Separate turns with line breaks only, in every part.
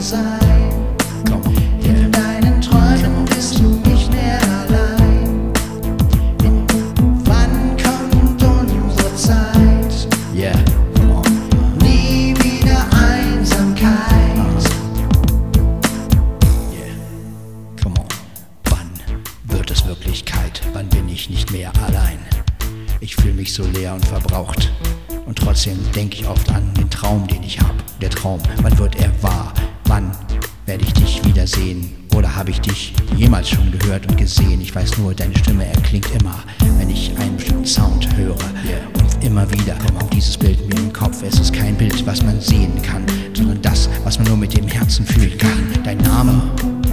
sein. In deinen Träumen bist du nicht mehr allein. Wann kommt unsere Zeit?
Yeah, come on.
Nie wieder Einsamkeit.
Yeah, come on. Wann wird es Wirklichkeit? Wann bin ich nicht mehr allein? Ich fühle mich so leer und verbraucht. Und trotzdem denke ich oft an den Traum, den ich hab. Der Traum, wann wird er wahr? Wann werde ich dich wiedersehen? Oder habe ich dich jemals schon gehört und gesehen? Ich weiß nur, deine Stimme erklingt immer, wenn ich einen bestimmten Sound höre. Und immer wieder kommt dieses Bild mir im Kopf. Es ist kein Bild, was man sehen kann, sondern das, was man nur mit dem Herzen fühlen kann. Dein Name,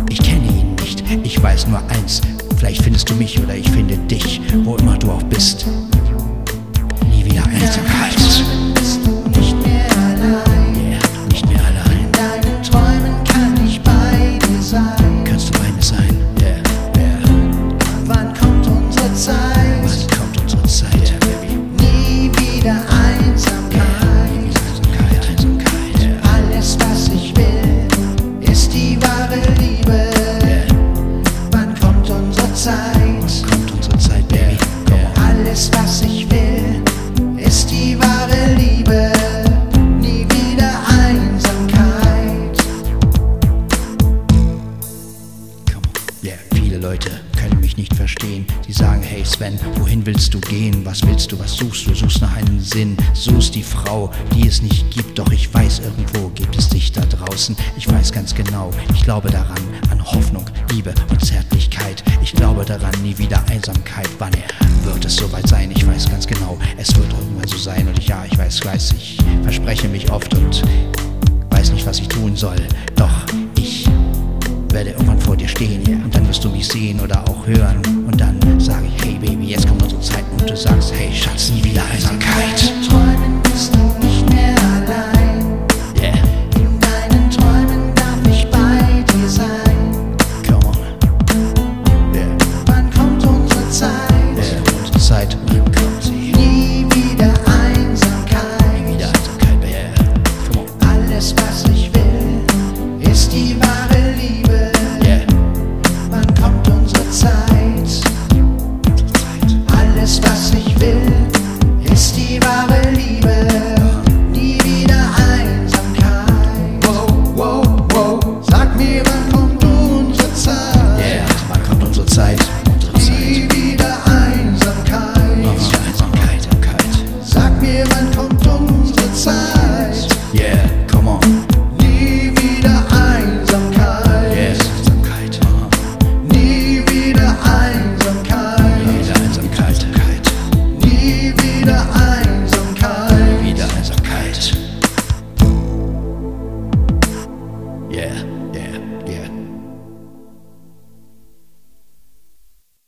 ich kenne ihn nicht. Ich weiß nur eins. Vielleicht findest du mich oder ich finde dich, wo immer du auch bist. Nie wieder Einsamkeit.
Bist du nicht mehr allein.
Yeah, nicht mehr allein.
In deinen Träumen kann ich bei dir sein.
Kannst du meine sein? Yeah, yeah.
Wann kommt unsere Zeit?
Wann kommt unsere Zeit? Yeah, baby.
Nie wieder Einsamkeit.
Liebe, Einsamkeit, Einsamkeit. Yeah,
Alles, was ich will, ist die wahre Liebe.
yeah.
Wann kommt unsere Zeit?
Kommt unsere Zeit, baby. Yeah,
Alles, was ich will, ist die wahre Liebe. Nie wieder Einsamkeit.
Come on. Yeah, viele Leute können mich nicht verstehen. Sie sagen, hey Sven, wohin willst du gehen? Was willst du? Was suchst du? Suchst nach einem Sinn. Suchst die Frau, die es nicht gibt. Doch ich weiß, irgendwo gibt es dich da draußen. Ich weiß ganz genau. Ich glaube daran, an Hoffnung, Liebe und Zärtlichkeit. Ich glaube daran, nie wieder Einsamkeit. Wann wird es soweit sein? Ich weiß ganz genau. Es wird irgendwann so sein. Und ich, ja, ich weiß, weiß, ich verspreche mich oft und weiß nicht, was ich tun soll. Doch ich werde irgendwann vor dir stehen und dann wirst du mich sehen oder auch hören und dann sage ich, hey Baby, jetzt kommt unsere Zeit und du sagst, hey Schatz, nie wieder Einsamkeit.
Träume